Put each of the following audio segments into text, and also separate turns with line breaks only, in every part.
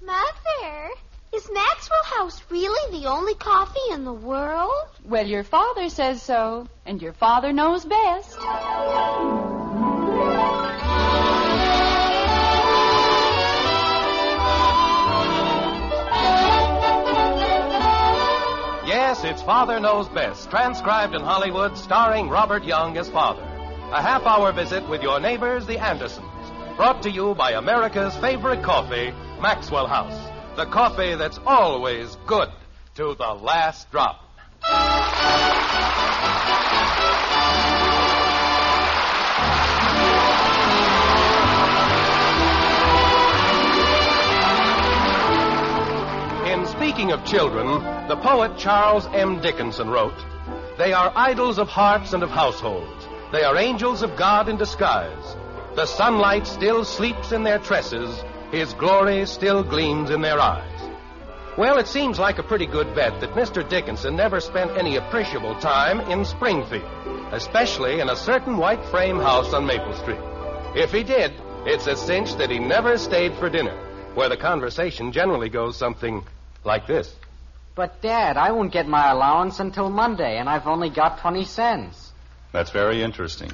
Mother, is Maxwell House really the only coffee in the world?
Well, your father says so, and your father knows best.
Yes, it's Father Knows Best, transcribed in Hollywood, starring Robert Young as father. A half hour visit with your neighbors, the Andersons, brought to you by America's favorite coffee, Maxwell House. The coffee that's always good to the last drop. In speaking of children, the poet Charles M. Dickinson wrote, They are idols of hearts and of households. They are angels of God in disguise. The sunlight still sleeps in their tresses. His glory still gleams in their eyes. Well, it seems like a pretty good bet that Mr. Dickinson never spent any appreciable time in Springfield, especially in a certain white frame house on Maple Street. If he did, it's a cinch that he never stayed for dinner, where the conversation generally goes something like this.
But, Dad, I won't get my allowance until Monday, and I've only got 20 cents.
That's very interesting.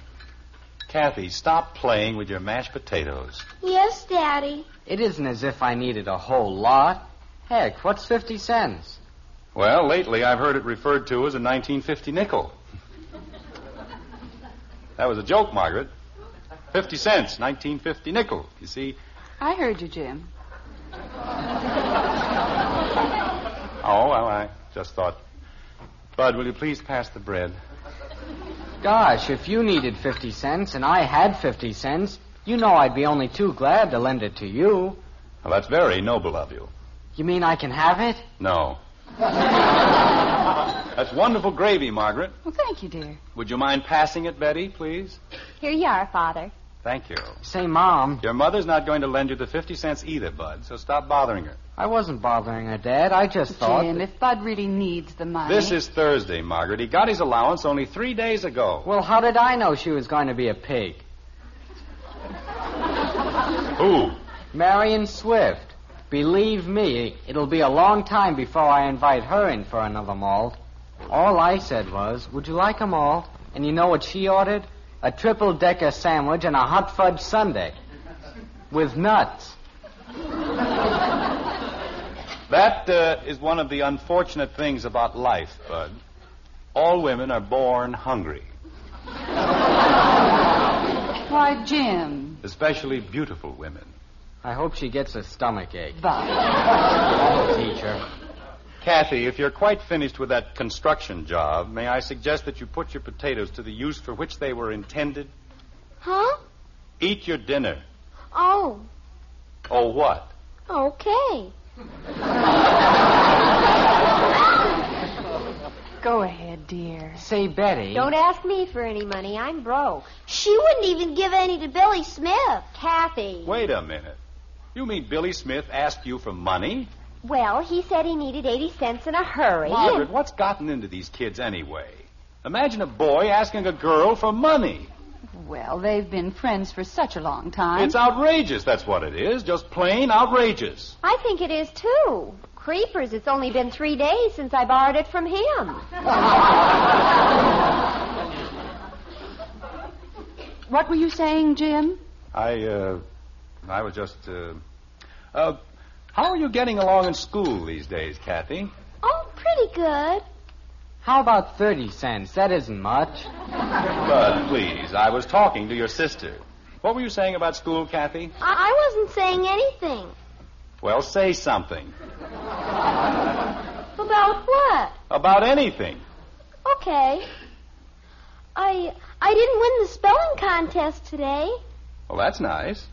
Kathy, stop playing with your mashed potatoes.
Yes, Daddy.
It isn't as if I needed a whole lot. Heck, what's 50 cents?
Well, lately I've heard it referred to as a 1950 nickel. that was a joke, Margaret. 50 cents, 1950 nickel. You see?
I heard you, Jim.
Oh, well, I just thought. Bud, will you please pass the bread?
Gosh, if you needed 50 cents and I had 50 cents, you know I'd be only too glad to lend it to you.
Well, that's very noble of you.
You mean I can have it?
No. that's wonderful gravy, Margaret.
Well, thank you, dear.
Would you mind passing it, Betty, please?
Here you are, Father.
Thank you.
Say, Mom,
Your mother's not going to lend you the 50 cents either, Bud, so stop bothering her.
I wasn't bothering her, Dad. I just thought.
Jim,
that-
if Bud really needs the money.
Oh, This is Thursday, Margaret. He got his allowance only three days ago.
Well, how did I know she was going to be a pig?
Who?
Marion Swift. Believe me, it'll be a long time before I invite her in for another malt. All I said was, would you like a malt? And you know what she ordered? A triple decker sandwich and a hot fudge sundae. With nuts.
That uh, is one of the unfortunate things about life, Bud. All women are born hungry,
Why, Jim.
especially beautiful women.
I hope she gets a stomach ache.
Bud.
teacher.
Kathy, if you're quite finished with that construction job, may I suggest that you put your potatoes to the use for which they were intended?
Huh?
Eat your dinner.
Oh,
Oh, what?
okay.
Go ahead, dear.
Say, Betty.
Don't ask me for any money. I'm broke.
She wouldn't even give any to Billy Smith.
Kathy.
Wait a minute. You mean Billy Smith asked you for money?
Well, he said he needed 80 cents in a hurry.
Margaret, what's gotten into these kids anyway? Imagine a boy asking a girl for money.
Well, they've been friends for such a long time.
It's outrageous, that's what it is. Just plain outrageous.
I think it is, too. Creepers, it's only been three days since I borrowed it from him.
What were you saying, Jim?
I, uh, I was just, uh, uh, how are you getting along in school these days, Kathy?
Oh, pretty good.
How about 30 cents? That isn't much.
Bud, please, I was talking to your sister. What were you saying about school, Kathy?
I, I wasn't saying anything.
Well, say something.
About what?
About anything.
Okay. I I didn't win the spelling contest today.
Well, that's nice.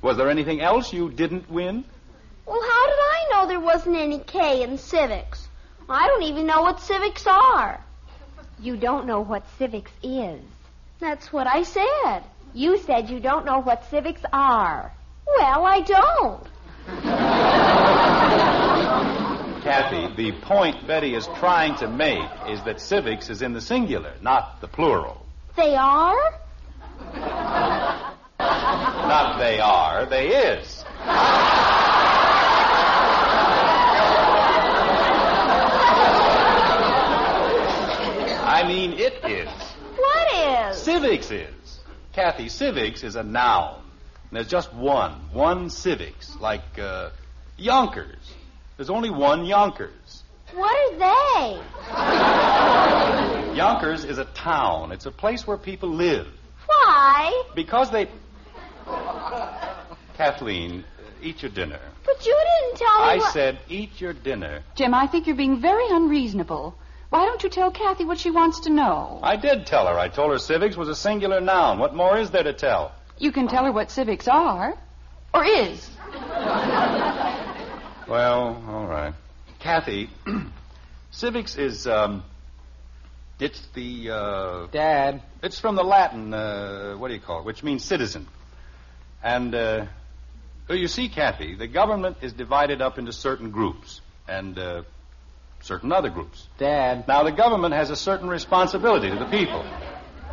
Was there anything else you didn't win?
Well, how did I know there wasn't any K in civics? I don't even know what civics are.
You don't know what civics is.
That's what I said.
You said you don't know what civics are.
Well, I don't.
Kathy, the point Betty is trying to make is that civics is in the singular, not the plural.
They are?
Not they are, they is. civics is. Kathy, civics is a noun. And there's just one. One civics. Like, uh, Yonkers. There's only one Yonkers.
What are they?
Yonkers is a town. It's a place where people live.
Why?
Because they. Kathleen, eat your dinner.
But you didn't tell me.
I
what...
said, eat your dinner.
Jim, I think you're being very unreasonable. Why don't you tell Kathy what she wants to know?
I did tell her. I told her civics was a singular noun. What more is there to tell?
You can tell her what civics are. Or is.
Well, all right. Kathy, civics is, um, it's the, uh,
Dad,
it's from the Latin, uh, what do you call it, which means citizen. And, uh, well, you see, Kathy, the government is divided up into certain groups and, uh, certain other groups.
Dad,
Now, the government has a certain responsibility to the people.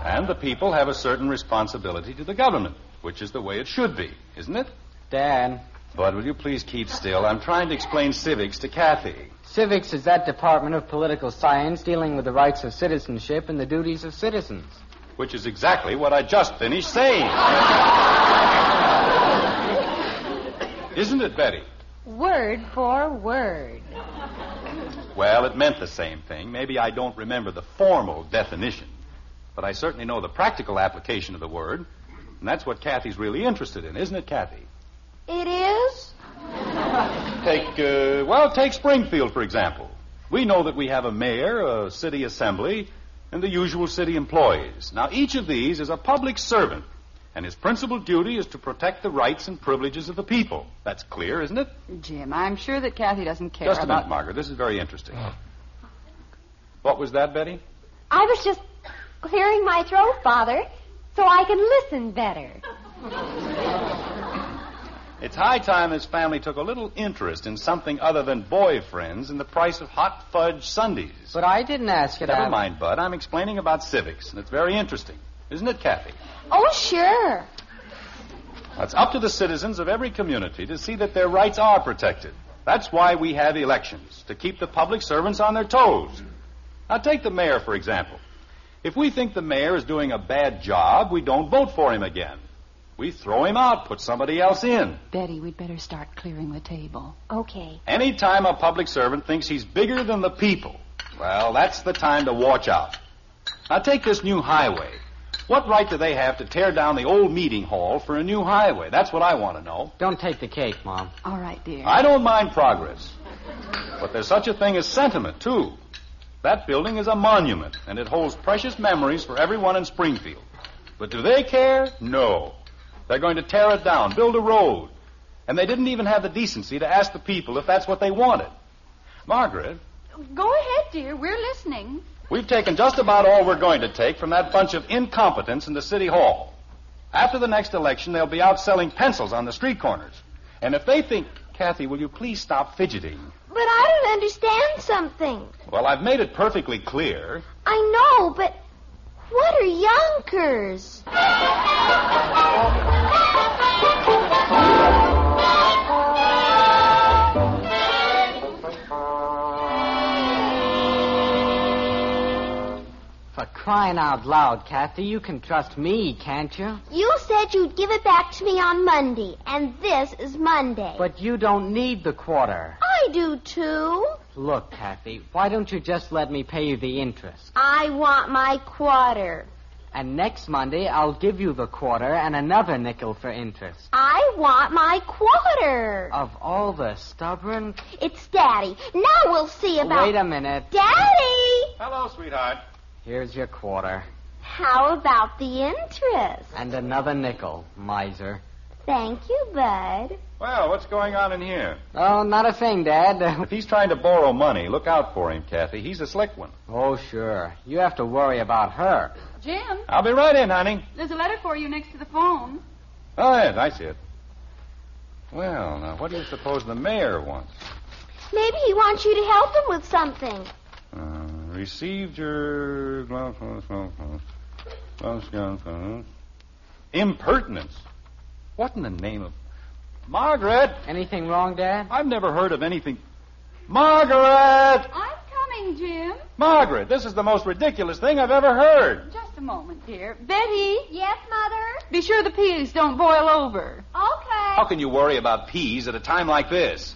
And the people have a certain responsibility to the government, which is the way it should be, isn't it?
Dad.
Bud, will you please keep still? I'm trying to explain civics to Kathy.
Civics is that department of political science dealing with the rights of citizenship and the duties of citizens.
Which is exactly what I just finished saying. Isn't it, Betty?
Word for word.
Well, it meant the same thing. Maybe I don't remember the formal definition, but I certainly know the practical application of the word, and that's what Kathy's really interested in, isn't it, Kathy?
It is?
Take, uh, well, take Springfield, for example. We know that we have a mayor, a city assembly, and the usual city employees. Now, each of these is a public servant, and his principal duty is to protect the rights and privileges of the people. That's clear, isn't it?
Jim, I'm sure that Kathy doesn't care
Just a
about
minute, Margaret. This is very interesting. What was that, Betty?
I was just clearing my throat, Father, so I can listen better.
It's high time this family took a little interest in something other than boyfriends and the price of hot fudge Sundays.
But I didn't ask it.
Never
Al.
mind, Bud. I'm explaining about civics, and it's very interesting. Isn't it, Kathy?
Oh, sure.
It's up to the citizens of every community to see that their rights are protected. That's why we have elections, to keep the public servants on their toes. Now, take the mayor, for example. If we think the mayor is doing a bad job, we don't vote for him again. We throw him out, put somebody else in.
Betty, we'd better start clearing the table.
Okay.
Anytime a public servant thinks he's bigger than the people, well, that's the time to watch out. Now, take this new highway. What right do they have to tear down the old meeting hall for a new highway? That's what I want to know.
Don't take the cake, Mom.
All right, dear.
I don't mind progress. But there's such a thing as sentiment, too. That building is a monument, and it holds precious memories for everyone in Springfield. But do they care? No. They're going to tear it down, build a road. And they didn't even have the decency to ask the people if that's what they wanted. Margaret,
Go ahead, dear. We're listening.
We've taken just about all we're going to take from that bunch of incompetents in the city hall. After the next election, they'll be out selling pencils on the street corners. And if they think, Kathy, will you please stop fidgeting?
But I don't understand something.
Well, I've made it perfectly clear.
I know, but what are Yonkers?
For crying out loud, Kathy, you can trust me, can't you?
You said you'd give it back to me on Monday, and this is Monday.
But you don't need the quarter.
I do too.
Look, Kathy, why don't you just let me pay you the interest?
I want my quarter.
And next Monday, I'll give you the quarter and another nickel for interest.
I want my
Oh.
quarter.
Of all the stubborn.
It's Daddy. Now we'll see about
Wait a minute.
Daddy.
Hello, sweetheart.
Here's your quarter.
How about the interest?
And another nickel, miser.
Thank you, Bud.
Well, what's going on in here?
Oh, not a thing, Dad.
If he's trying to borrow money, look out for him, Kathy. He's a slick one.
oh, sure. You have to worry about her.
Jim,
I'll be right in, honey.
there's a letter for you next to the phone.
Oh, yes, I see it. Well, now, what do you suppose the mayor wants?
Maybe he wants you to help him with something.
Uh, received your glove- glove- glove- glove- glove- glove- glove. impertinence. What in the name of Margaret?
Anything wrong, Dad?
I've never heard of anything. Margaret,
I'm coming, Jim.
Margaret, this is the most ridiculous thing I've ever heard.
Just a a moment, dear. Betty,
Yes, Mother?
be sure the peas don't boil over.
Okay.
How can you worry about peas at a time like this?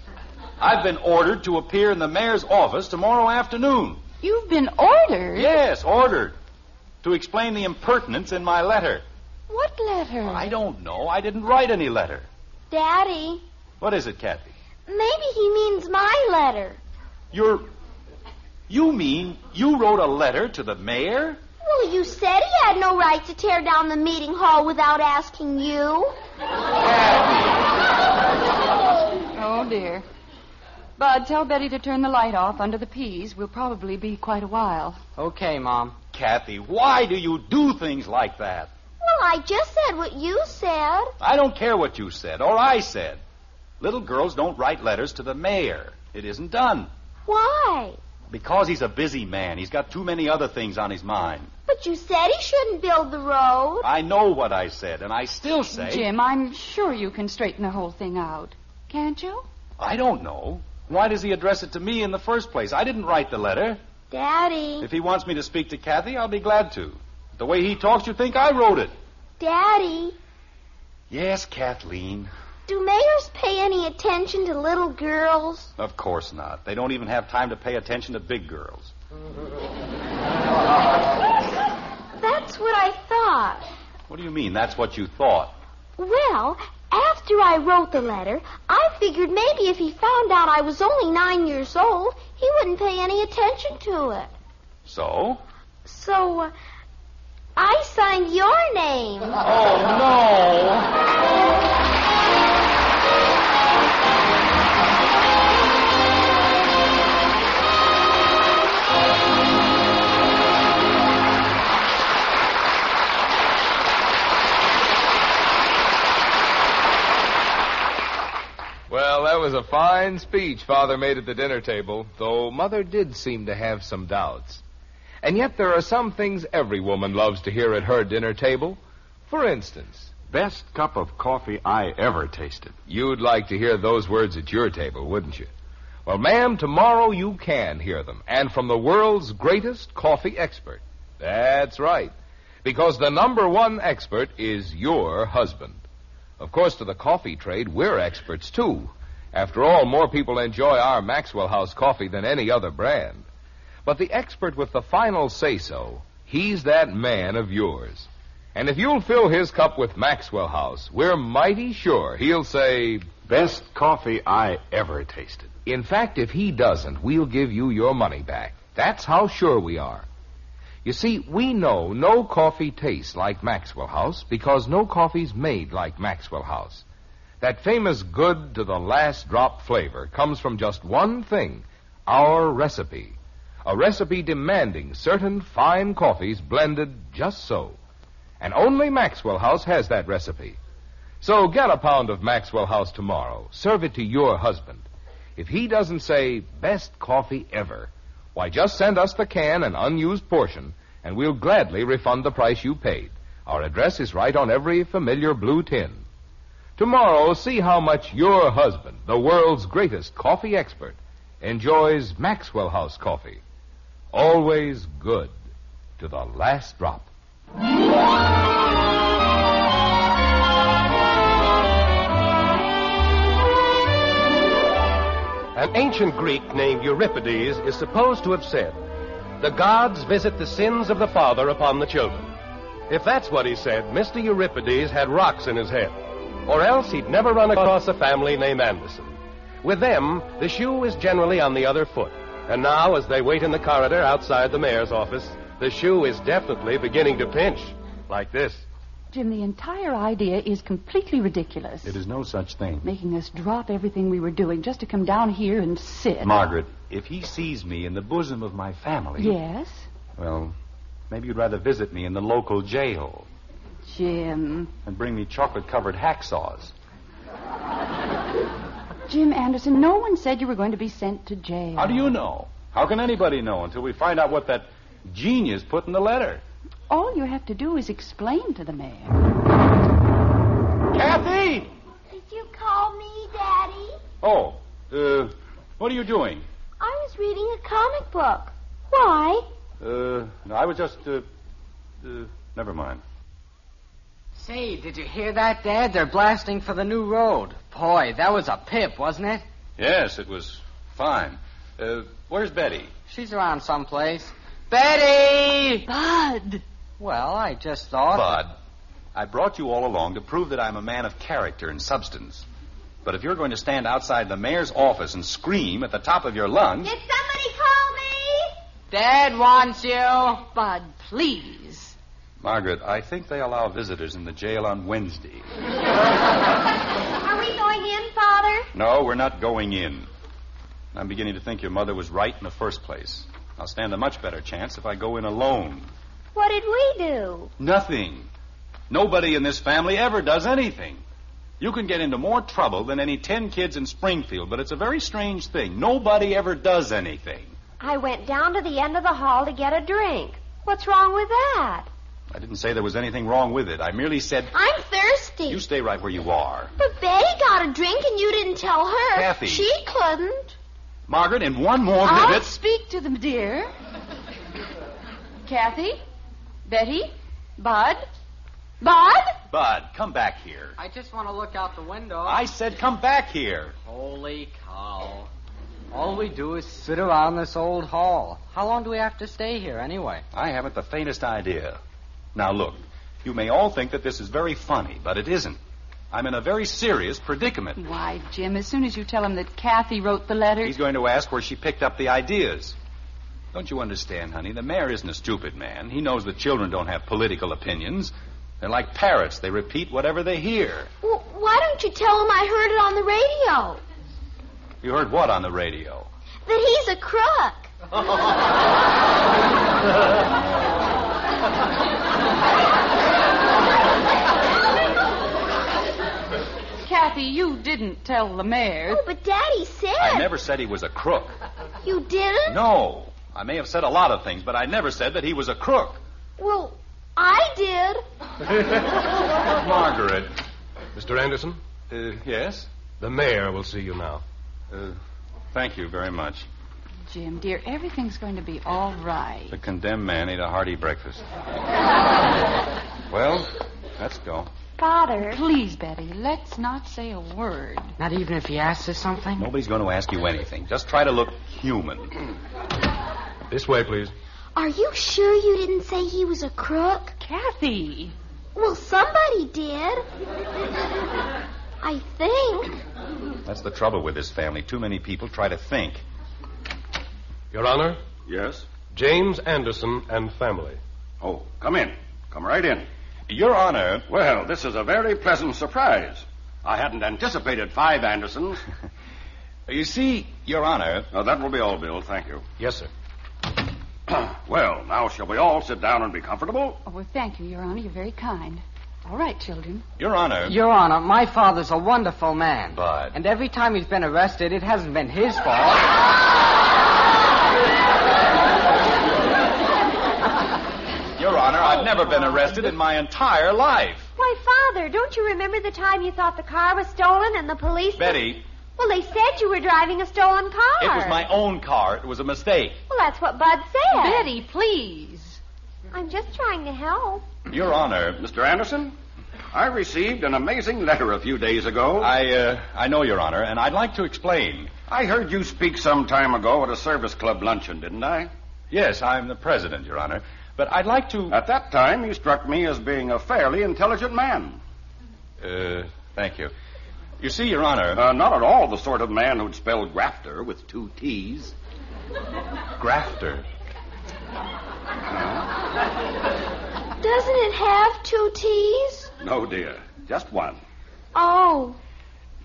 I've been ordered to appear in the mayor's office tomorrow afternoon.
You've been ordered?
Yes, ordered. To explain the impertinence in my letter.
What letter?
I don't know. I didn't write any letter.
Daddy,
What is it, Kathy?
maybe he means my letter.
You're. You mean you wrote a letter to the mayor?
Well, you said he had no right to tear down the meeting hall without asking you.
Oh, dear. Bud, tell Betty to turn the light off under the peas. We'll probably be quite a while.
Okay, Mom.
Kathy, why do you do things like that?
Well, I just said what you said.
I don't care what you said or I said. Little girls don't write letters to the mayor. It isn't done.
Why?
Because he's a busy man. He's got too many other things on his mind.
But you said he shouldn't build the road.
I know what I said, and I still say.
Jim, I'm sure you can straighten the whole thing out. Can't you?
I don't know. Why does he address it to me in the first place? I didn't write the letter.
Daddy,
If he wants me to speak to Kathy, I'll be glad to. The way he talks, you'd think I wrote it.
Daddy,
Yes, Kathleen.
do mayors pay any attention to little girls?
Of course not. They don't even have time to pay attention to big girls.
That's what I thought.
What do you mean? That's what you thought.
Well, after I wrote the letter, I figured maybe if he found out I was only nine years old, he wouldn't pay any attention to it.
So?
So, uh, I signed your name.
Oh, no.
Well, that was a fine speech Father made at the dinner table, though Mother did seem to have some doubts. And yet there are some things every woman loves to hear at her dinner table. For instance,
Best cup of coffee I ever tasted.
you'd like to hear those words at your table, wouldn't you? Well, ma'am, tomorrow you can hear them, and from the world's greatest coffee expert. That's right, because the number one expert is your husband. Of course, to the coffee trade, we're experts too. After all, more people enjoy our Maxwell House coffee than any other brand. But the expert with the final say so, he's that man of yours. And if you'll fill his cup with Maxwell House, we're mighty sure he'll say,
Best coffee I ever tasted.
in fact, if he doesn't, we'll give you your money back. That's how sure we are. You see, we know no coffee tastes like Maxwell House because no coffee's made like Maxwell House. That famous good to the last drop flavor comes from just one thing our recipe. A recipe demanding certain fine coffees blended just so. And only Maxwell House has that recipe. So get a pound of Maxwell House tomorrow. Serve it to your husband. If he doesn't say best coffee ever, why just send us the can and unused portion, and we'll gladly refund the price you paid. Our address is right on every familiar blue tin. Tomorrow, see how much your husband, the world's greatest coffee expert, enjoys Maxwell House coffee. Always good to the last drop.
An ancient Greek named Euripides is supposed to have said, The gods visit the sins of the father upon the children. If that's what he said, Mr. Euripides had rocks in his head, or else he'd never run across a family named Anderson. With them, the shoe is generally on the other foot. And now, as they wait in the corridor outside the mayor's office, the shoe is definitely beginning to pinch, like this.
Jim, the entire idea is completely ridiculous.
It is no such thing.
Making us drop everything we were doing just to come down here and sit.
Margaret, if he sees me in the bosom of my family,
Yes?
well, maybe you'd rather visit me in the local jail
Jim.
and bring me chocolate covered hacksaws.
Jim Anderson, no one said you were going to be sent to jail.
How do you know? How can anybody know until we find out what that genius put in the letter?
All you have to do is explain to the mayor.
Kathy!
Did you call me, Daddy?
Oh, uh, what are you doing?
I was reading a comic book. Why?
Uh, no, I was just, uh, Uh, never mind.
Say, did you hear that, Dad? They're blasting for the new road. Boy, that was a pip, wasn't it?
Yes, it was fine. Uh, where's Betty?
She's around someplace. Betty!
Bud!
Well, I just thought.
Bud, I brought you all along to prove that I'm a man of character and substance. But if you're going to stand outside the mayor's office and scream at the top of your lungs,
Did somebody call me?
Dad wants you.
Bud, please.
Margaret, I think they allow visitors in the jail on Wednesday.
Are we going in, Father?
No, we're not going in. I'm beginning to think your mother was right in the first place. I'll stand a much better chance if I go in alone.
What did we do?
Nothing. Nobody in this family ever does anything. You can get into more trouble than any ten kids in Springfield, but it's a very strange thing. Nobody ever does anything.
I went down to the end of the hall to get a drink. What's wrong with that?
I didn't say there was anything wrong with it. I merely said,
I'm thirsty.
you stay right where you are.
But Betty got a drink and you didn't tell her.
Kathy.
She couldn't.
Margaret, in one more
I'll
minute.
speak to them, dear. Kathy? Betty? Bud? Bud?
Bud, come back here.
I just want to look out the window.
I said, come back here.
Holy cow. All we do is sit around this old hall. How long do we have to stay here, anyway?
I haven't the faintest idea. Now, look, you may all think that this is very funny, but it isn't. I'm in a very serious predicament.
Why, Jim, as soon as you tell him that Kathy wrote the letter.
He's going to ask where she picked up the ideas. Don't you understand, honey? The mayor isn't a stupid man. He knows that children don't have political opinions. They're like parrots, they repeat whatever they hear.
W- why don't you tell him I heard it on the radio?
You heard what on the radio?
That he's a crook.
Kathy, you didn't tell the mayor.
Oh, but Daddy said.
I never said he was a crook.
You didn't?
No. I may have said a lot of things, but I never said that he was a crook.
Well, I did.
Margaret.
Mr. Anderson,
Uh, yes?
the mayor will see you now.
Uh, thank you very much.
Jim, dear, everything's going to be all right.
The condemned man ate a hearty breakfast. well, let's go.
Father,
Please, Betty, let's not say a word.
Not even if he asks us something?
Nobody's going to ask you anything. Just try to look human.
This way, please.
Are you sure you didn't say he was a crook?
Kathy!
Well, somebody did. I think.
That's the trouble with this family. Too many people try to think.
Your Honor,
Yes?
James Anderson and family.
Oh, come in. Come right in.
Your Honor,
Well, this is a very pleasant surprise. I hadn't anticipated five Andersons.
you see, Your Honor,
Now, that will be all, Bill. Thank you.
Yes, sir.
well, now, shall we all sit down and be comfortable?
Oh, well, thank you, Your Honor. You're very kind. All right, children.
Your Honor.
Your Honor, my father's a wonderful man.
Bud.
And every time he's been arrested, it hasn't been his fault.
Your Honor, I've never been arrested in my entire life.
why, Father, don't you remember the time you thought the car was stolen and the police?
Betty,
Well, they said you were driving a stolen car.
it was my own car. It was a mistake.
Well, that's what Bud said.
Betty, please.
I'm just trying to help.
Your Honor,
Mr. Anderson, I received an amazing letter a few days ago.
I uh, I know, Your Honor, and I'd like to explain.
I heard you speak some time ago at a service club luncheon, didn't I?
Yes, I'm the president, Your Honor, but I'd like to.
At that time, you struck me as being a fairly intelligent man.
Uh, thank you. You see, Your Honor,
Uh, not at all the sort of man who'd spell grafter with two T's.
grafter.
Doesn't it have two T's?
No, dear, just one.
Oh.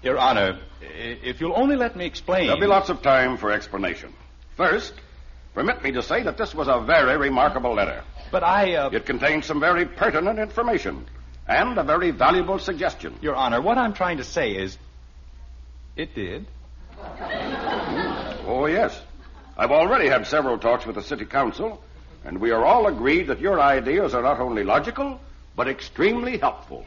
Your Honor, i- if you'll only let me explain.
There'll be lots of time for explanation. First, permit me to say that this was a very remarkable letter.
But I, uh,
It contained some very pertinent information and a very valuable suggestion.
Your Honor, what I'm trying to say is, it did.
Oh, yes. I've already had several talks with the city council, and we are all agreed that your ideas are not only logical, but extremely helpful.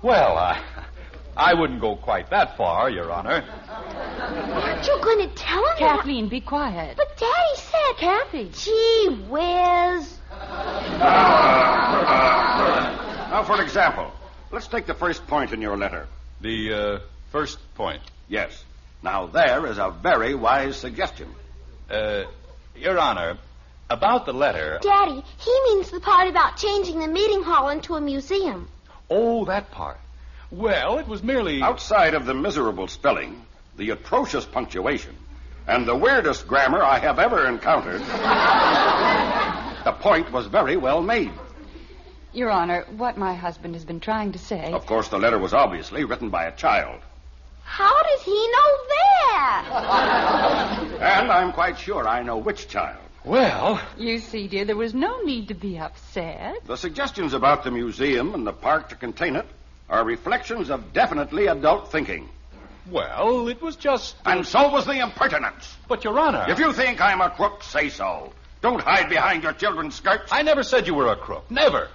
Well, I, I wouldn't go quite that far, Your Honor.
Aren't you going to tell him? that?
Kathleen, be quiet.
But Daddy said.
Kathy.
Gee whiz.
Now, for example, let's take the first point in your letter.
The uh, first point.
Yes. Now, there is a very wise suggestion.
Uh, Your Honor, about the letter.
Daddy, he means the part about changing the meeting hall into a museum.
Oh, that part. Well, it was merely.
Outside of the miserable spelling, the atrocious punctuation, and the weirdest grammar I have ever encountered, the point was very well made.
Your Honor, what my husband has been trying to say.
Of course, the letter was obviously written by a child.
How does he know that?
And I'm quite sure I know which child.
Well,
You see, dear, there was no need to be upset.
The suggestions about the museum and the park to contain it are reflections of definitely adult thinking.
well, it was just.
And so was the impertinence.
But, Your Honor.
If you think I'm a crook, say so. Don't hide behind your children's skirts.
I never said you were a crook. Never.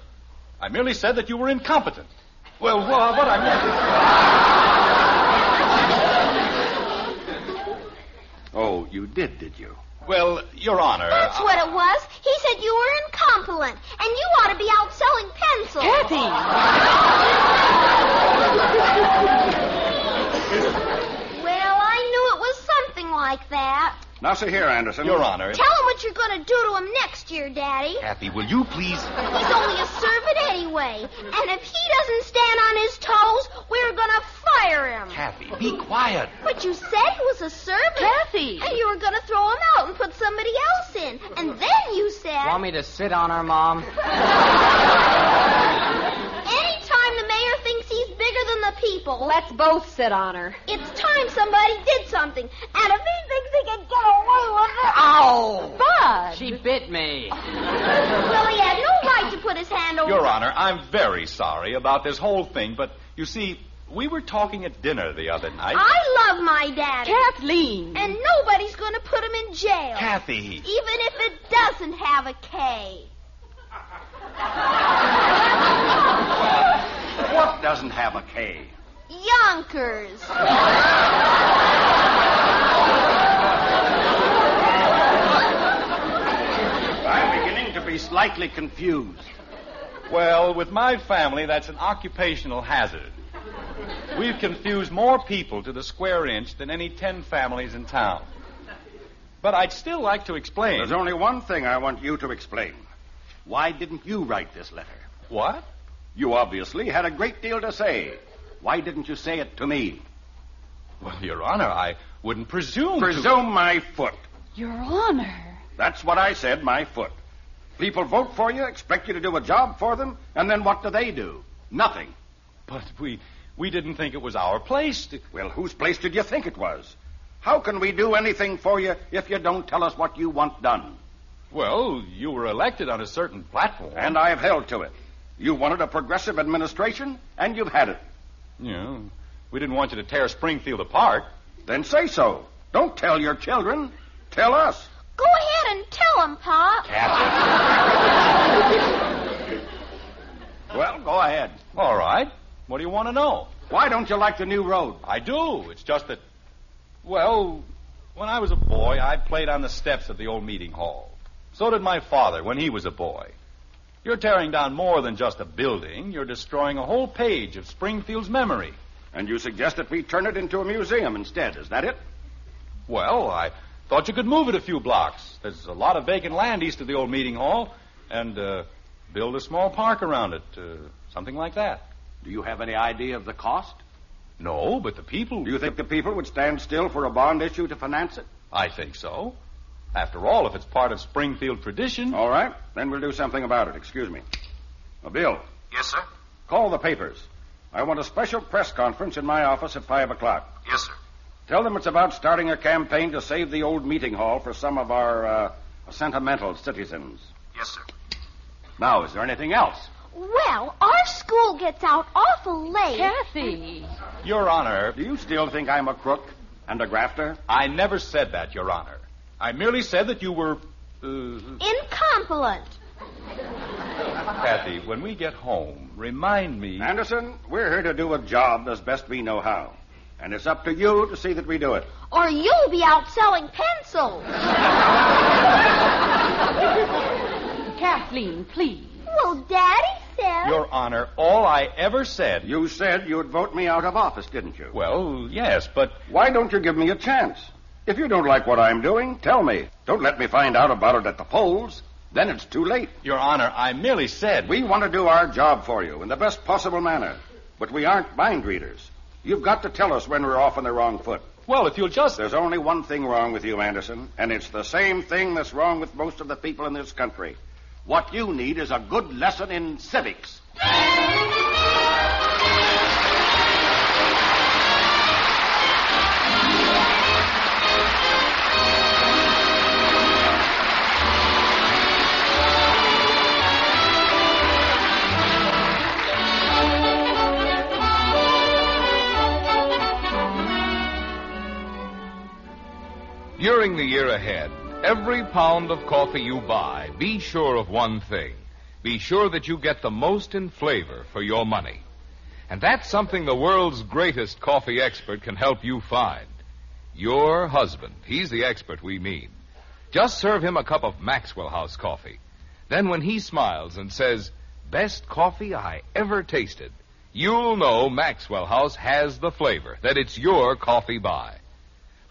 I merely said that you were incompetent. Well, wha- what I meant.
Oh, you did, did you?
Well, Your Honor.
That's what it was. He said you were incompetent, and you ought to be out selling pencils.
Kathy!
Well, I knew it was something like that.
Now, see here, Anderson.
Your Honor.
Tell him what you're going to do to him next year, Daddy.
Kathy, will you please?
He's only a servant anyway. And if he doesn't stand on his toes, we're going to fire him.
Kathy, be quiet.
But you said he was a servant.
Kathy!
And you were going to throw him out and put somebody else in. And then you said,
Want me to sit on her, Mom?
anytime the mayor thinks he's bigger than the people,
Let's both sit on her.
it's time somebody did something. And if he thinks he can get away with it,
Ow!
Bud!
She bit me.
well, he had no right to put his hand over.
Your Honor, I'm very sorry about this whole thing, but you see, we were talking at dinner the other night.
I love my daddy.
Kathleen!
And nobody's going to put him in jail.
Kathy.
Even if it doesn't have a K.
What doesn't have a K?
Yonkers.
I'm beginning to be slightly confused.
Well, with my family, that's an occupational hazard. We've confused more people to the square inch than any ten families in town. But I'd still like to explain.
There's only one thing I want you to explain. Why didn't you write this letter?
What?
You obviously had a great deal to say. Why didn't you say it to me?
Well, Your Honor, I wouldn't presume. to-
Presume my foot.
Your Honor!
That's what I said, my foot. People vote for you, expect you to do a job for them, and then what do they do? Nothing.
But we we didn't think it was our place to.
Well, whose place did you think it was? How can we do anything for you if you don't tell us what you want done?
Well, you were elected on a certain platform.
And I've held to it. You wanted a progressive administration, and you've had it.
You know, we didn't want you to tear Springfield apart.
Then say so. Don't tell your children. Tell us.
Go ahead and tell him, Pop.
Well, go ahead.
All right. What do you want to know?
Why don't you like the new road?
I do. It's just that, well, when I was a boy, I played on the steps of the old meeting hall. So did my father when he was a boy. You're tearing down more than just a building. You're destroying a whole page of Springfield's memory.
And you suggest that we turn it into a museum instead, is that it?
Well, I thought you could move it a few blocks. There's a lot of vacant land east of the old meeting hall, and uh, build a small park around it, uh, something like that.
Do you have any idea of the cost?
No, but the people.
Do you think the people would stand still for a bond issue to finance it?
I think so. After all, if it's part of Springfield tradition.
All right, then we'll do something about it. Excuse me. Now, Bill,
Yes, sir.
call the papers. I want a special press conference in my office at 5 o'clock.
Yes, sir.
Tell them it's about starting a campaign to save the old meeting hall for some of our uh, sentimental citizens.
Yes, sir.
Now, is there anything else?
Well, our school gets out awful late.
Kathy!
Your Honor,
Do you still think I'm a crook and a grafter?
I never said that, Your Honor. I merely said that you were. Uh,
Incompetent.
Kathy, when we get home, remind me.
Anderson, we're here to do a job as best we know how. And it's up to you to see that we do it.
Or you'll be out selling pencils.
Kathleen, please.
Well, Daddy said.
Your Honor, all I ever said.
You said you'd vote me out of office, didn't you?
Well, yes, but
Why don't you give me a chance? If you don't like what I'm doing, tell me. Don't let me find out about it at the polls. Then it's too late.
Your Honor, I merely said
We want to do our job for you in the best possible manner, but we aren't mind readers. You've got to tell us when we're off on the wrong foot.
Well, if you'll just
There's only one thing wrong with you, Anderson, and it's the same thing that's wrong with most of the people in this country. What you need is a good lesson in civics.
During the year ahead, every pound of coffee you buy, be sure of one thing. Be sure that you get the most in flavor for your money. And that's something the world's greatest coffee expert can help you find. Your husband. He's the expert we mean. Just serve him a cup of Maxwell House coffee. Then when he smiles and says, Best coffee I ever tasted, you'll know Maxwell House has the flavor, that it's your coffee buy.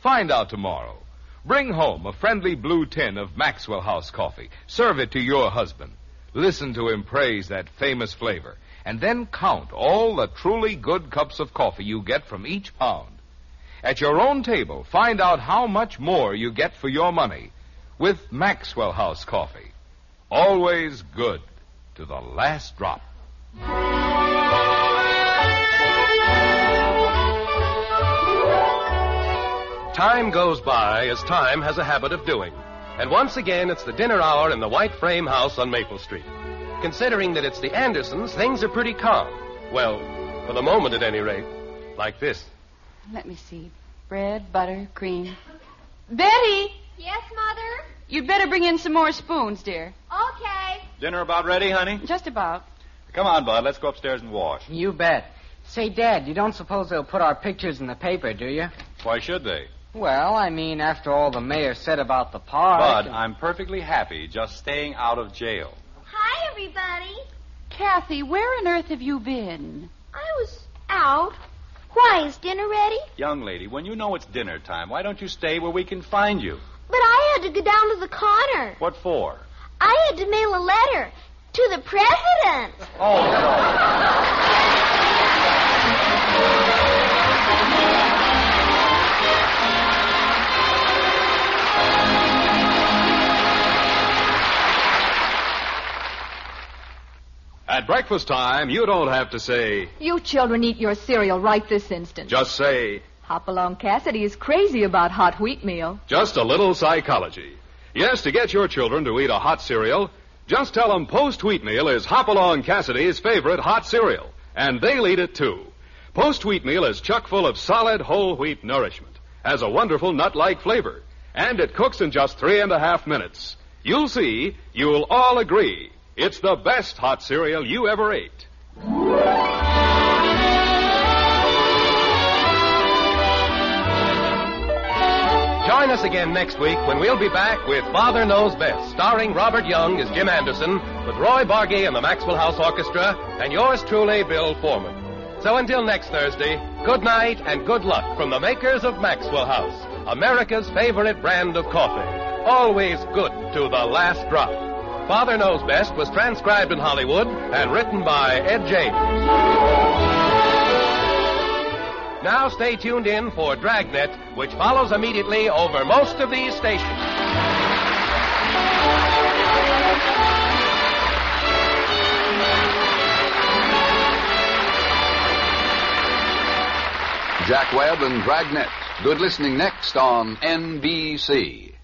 Find out tomorrow. Bring home a friendly blue tin of Maxwell House coffee. Serve it to your husband. Listen to him praise that famous flavor. And then count all the truly good cups of coffee you get from each pound. At your own table, find out how much more you get for your money with Maxwell House coffee. Always good to the last drop.
Time goes by as time has a habit of doing. And once again, it's the dinner hour in the white frame house on Maple Street. Considering that it's the Andersons, things are pretty calm. Well, for the moment at any rate. Like this.
Let me see. Bread, butter, cream. Betty,
Yes, Mother?
you'd better bring in some more spoons, dear.
Okay.
dinner about ready, honey.
Just about.
Come on, Bud. Let's go upstairs and wash.
You bet. Say, Dad, you don't suppose they'll put our pictures in the paper, do you?
Why should they?
Well, I mean, after all the mayor said about the park.
Bud, I'm perfectly happy just staying out of jail.
Hi, everybody.
Kathy, where on earth have you been?
I was out. Why, is dinner ready?
Young lady, when you know it's dinner time, why don't you stay where we can find you?
But I had to go down to the corner.
What for?
I had to mail a letter to the president.
Oh,
At breakfast time, you don't have to say,
You children eat your cereal right this instant.
just say,
Hopalong Cassidy is crazy about hot wheat meal.
just a little psychology. Yes, to get your children to eat a hot cereal, just tell them Post Wheatmeal is Hopalong Cassidy's favorite hot cereal, and they'll eat it too. Post Wheatmeal is chock full of solid whole wheat nourishment, has a wonderful nut-like flavor, and it cooks in just three and a half minutes. You'll see, you'll all agree, it's the best hot cereal you ever ate. Join us again next week when we'll be back with Father Knows Best, starring Robert Young as Jim Anderson, with Roy Bargy and the Maxwell House Orchestra, and yours truly, Bill Foreman. So until next Thursday, good night and good luck from the makers of Maxwell House, America's favorite brand of coffee. Always good to the last drop. Father Knows Best was transcribed in Hollywood and written by Ed James. Now stay tuned in for Dragnet, which follows immediately over most of these stations.
Jack Webb and Dragnet. Good listening next on NBC.